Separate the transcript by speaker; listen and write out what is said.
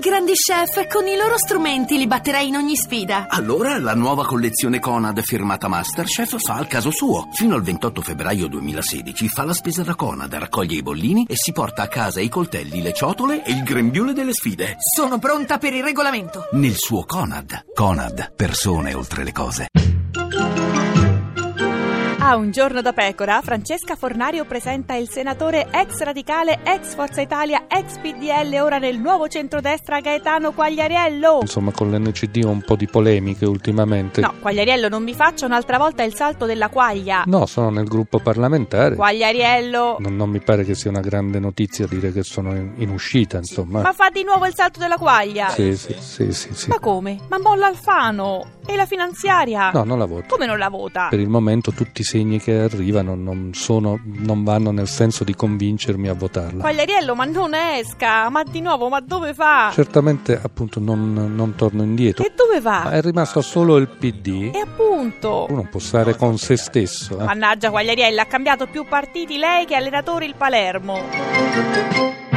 Speaker 1: grandi chef con i loro strumenti li batterai in ogni sfida.
Speaker 2: Allora la nuova collezione Conad firmata Masterchef fa al caso suo. Fino al 28 febbraio 2016 fa la spesa da Conad, raccoglie i bollini e si porta a casa i coltelli, le ciotole e il grembiule delle sfide.
Speaker 3: Sono pronta per il regolamento.
Speaker 2: Nel suo Conad. Conad, persone oltre le cose.
Speaker 4: A un giorno da pecora, Francesca Fornario presenta il senatore ex radicale, ex Forza Italia, ex PDL, ora nel nuovo centrodestra Gaetano Quagliariello.
Speaker 5: Insomma, con l'NCD ho un po' di polemiche ultimamente.
Speaker 4: Boh. No, Quagliariello, non mi faccia un'altra volta il salto della quaglia.
Speaker 5: No, sono nel gruppo parlamentare.
Speaker 4: Quagliariello.
Speaker 5: Non, non mi pare che sia una grande notizia dire che sono in, in uscita, insomma.
Speaker 4: Ma fa di nuovo il salto della quaglia.
Speaker 5: Sì, sì, sì, sì, sì.
Speaker 4: Ma come? Ma molla Alfano. E la finanziaria?
Speaker 5: No, non la voto.
Speaker 4: Come non la vota?
Speaker 5: Per il momento tutti i segni che arrivano non, sono, non vanno nel senso di convincermi a votarla.
Speaker 4: Quagliariello, ma non esca! Ma di nuovo, ma dove va?
Speaker 5: Certo. Certamente appunto non, non torno indietro.
Speaker 4: E dove va?
Speaker 5: È rimasto solo il PD.
Speaker 4: E appunto.
Speaker 5: Uno può stare con se stesso. eh.
Speaker 4: Mannaggia Quagliariello, ha cambiato più partiti lei che allenatori il Palermo.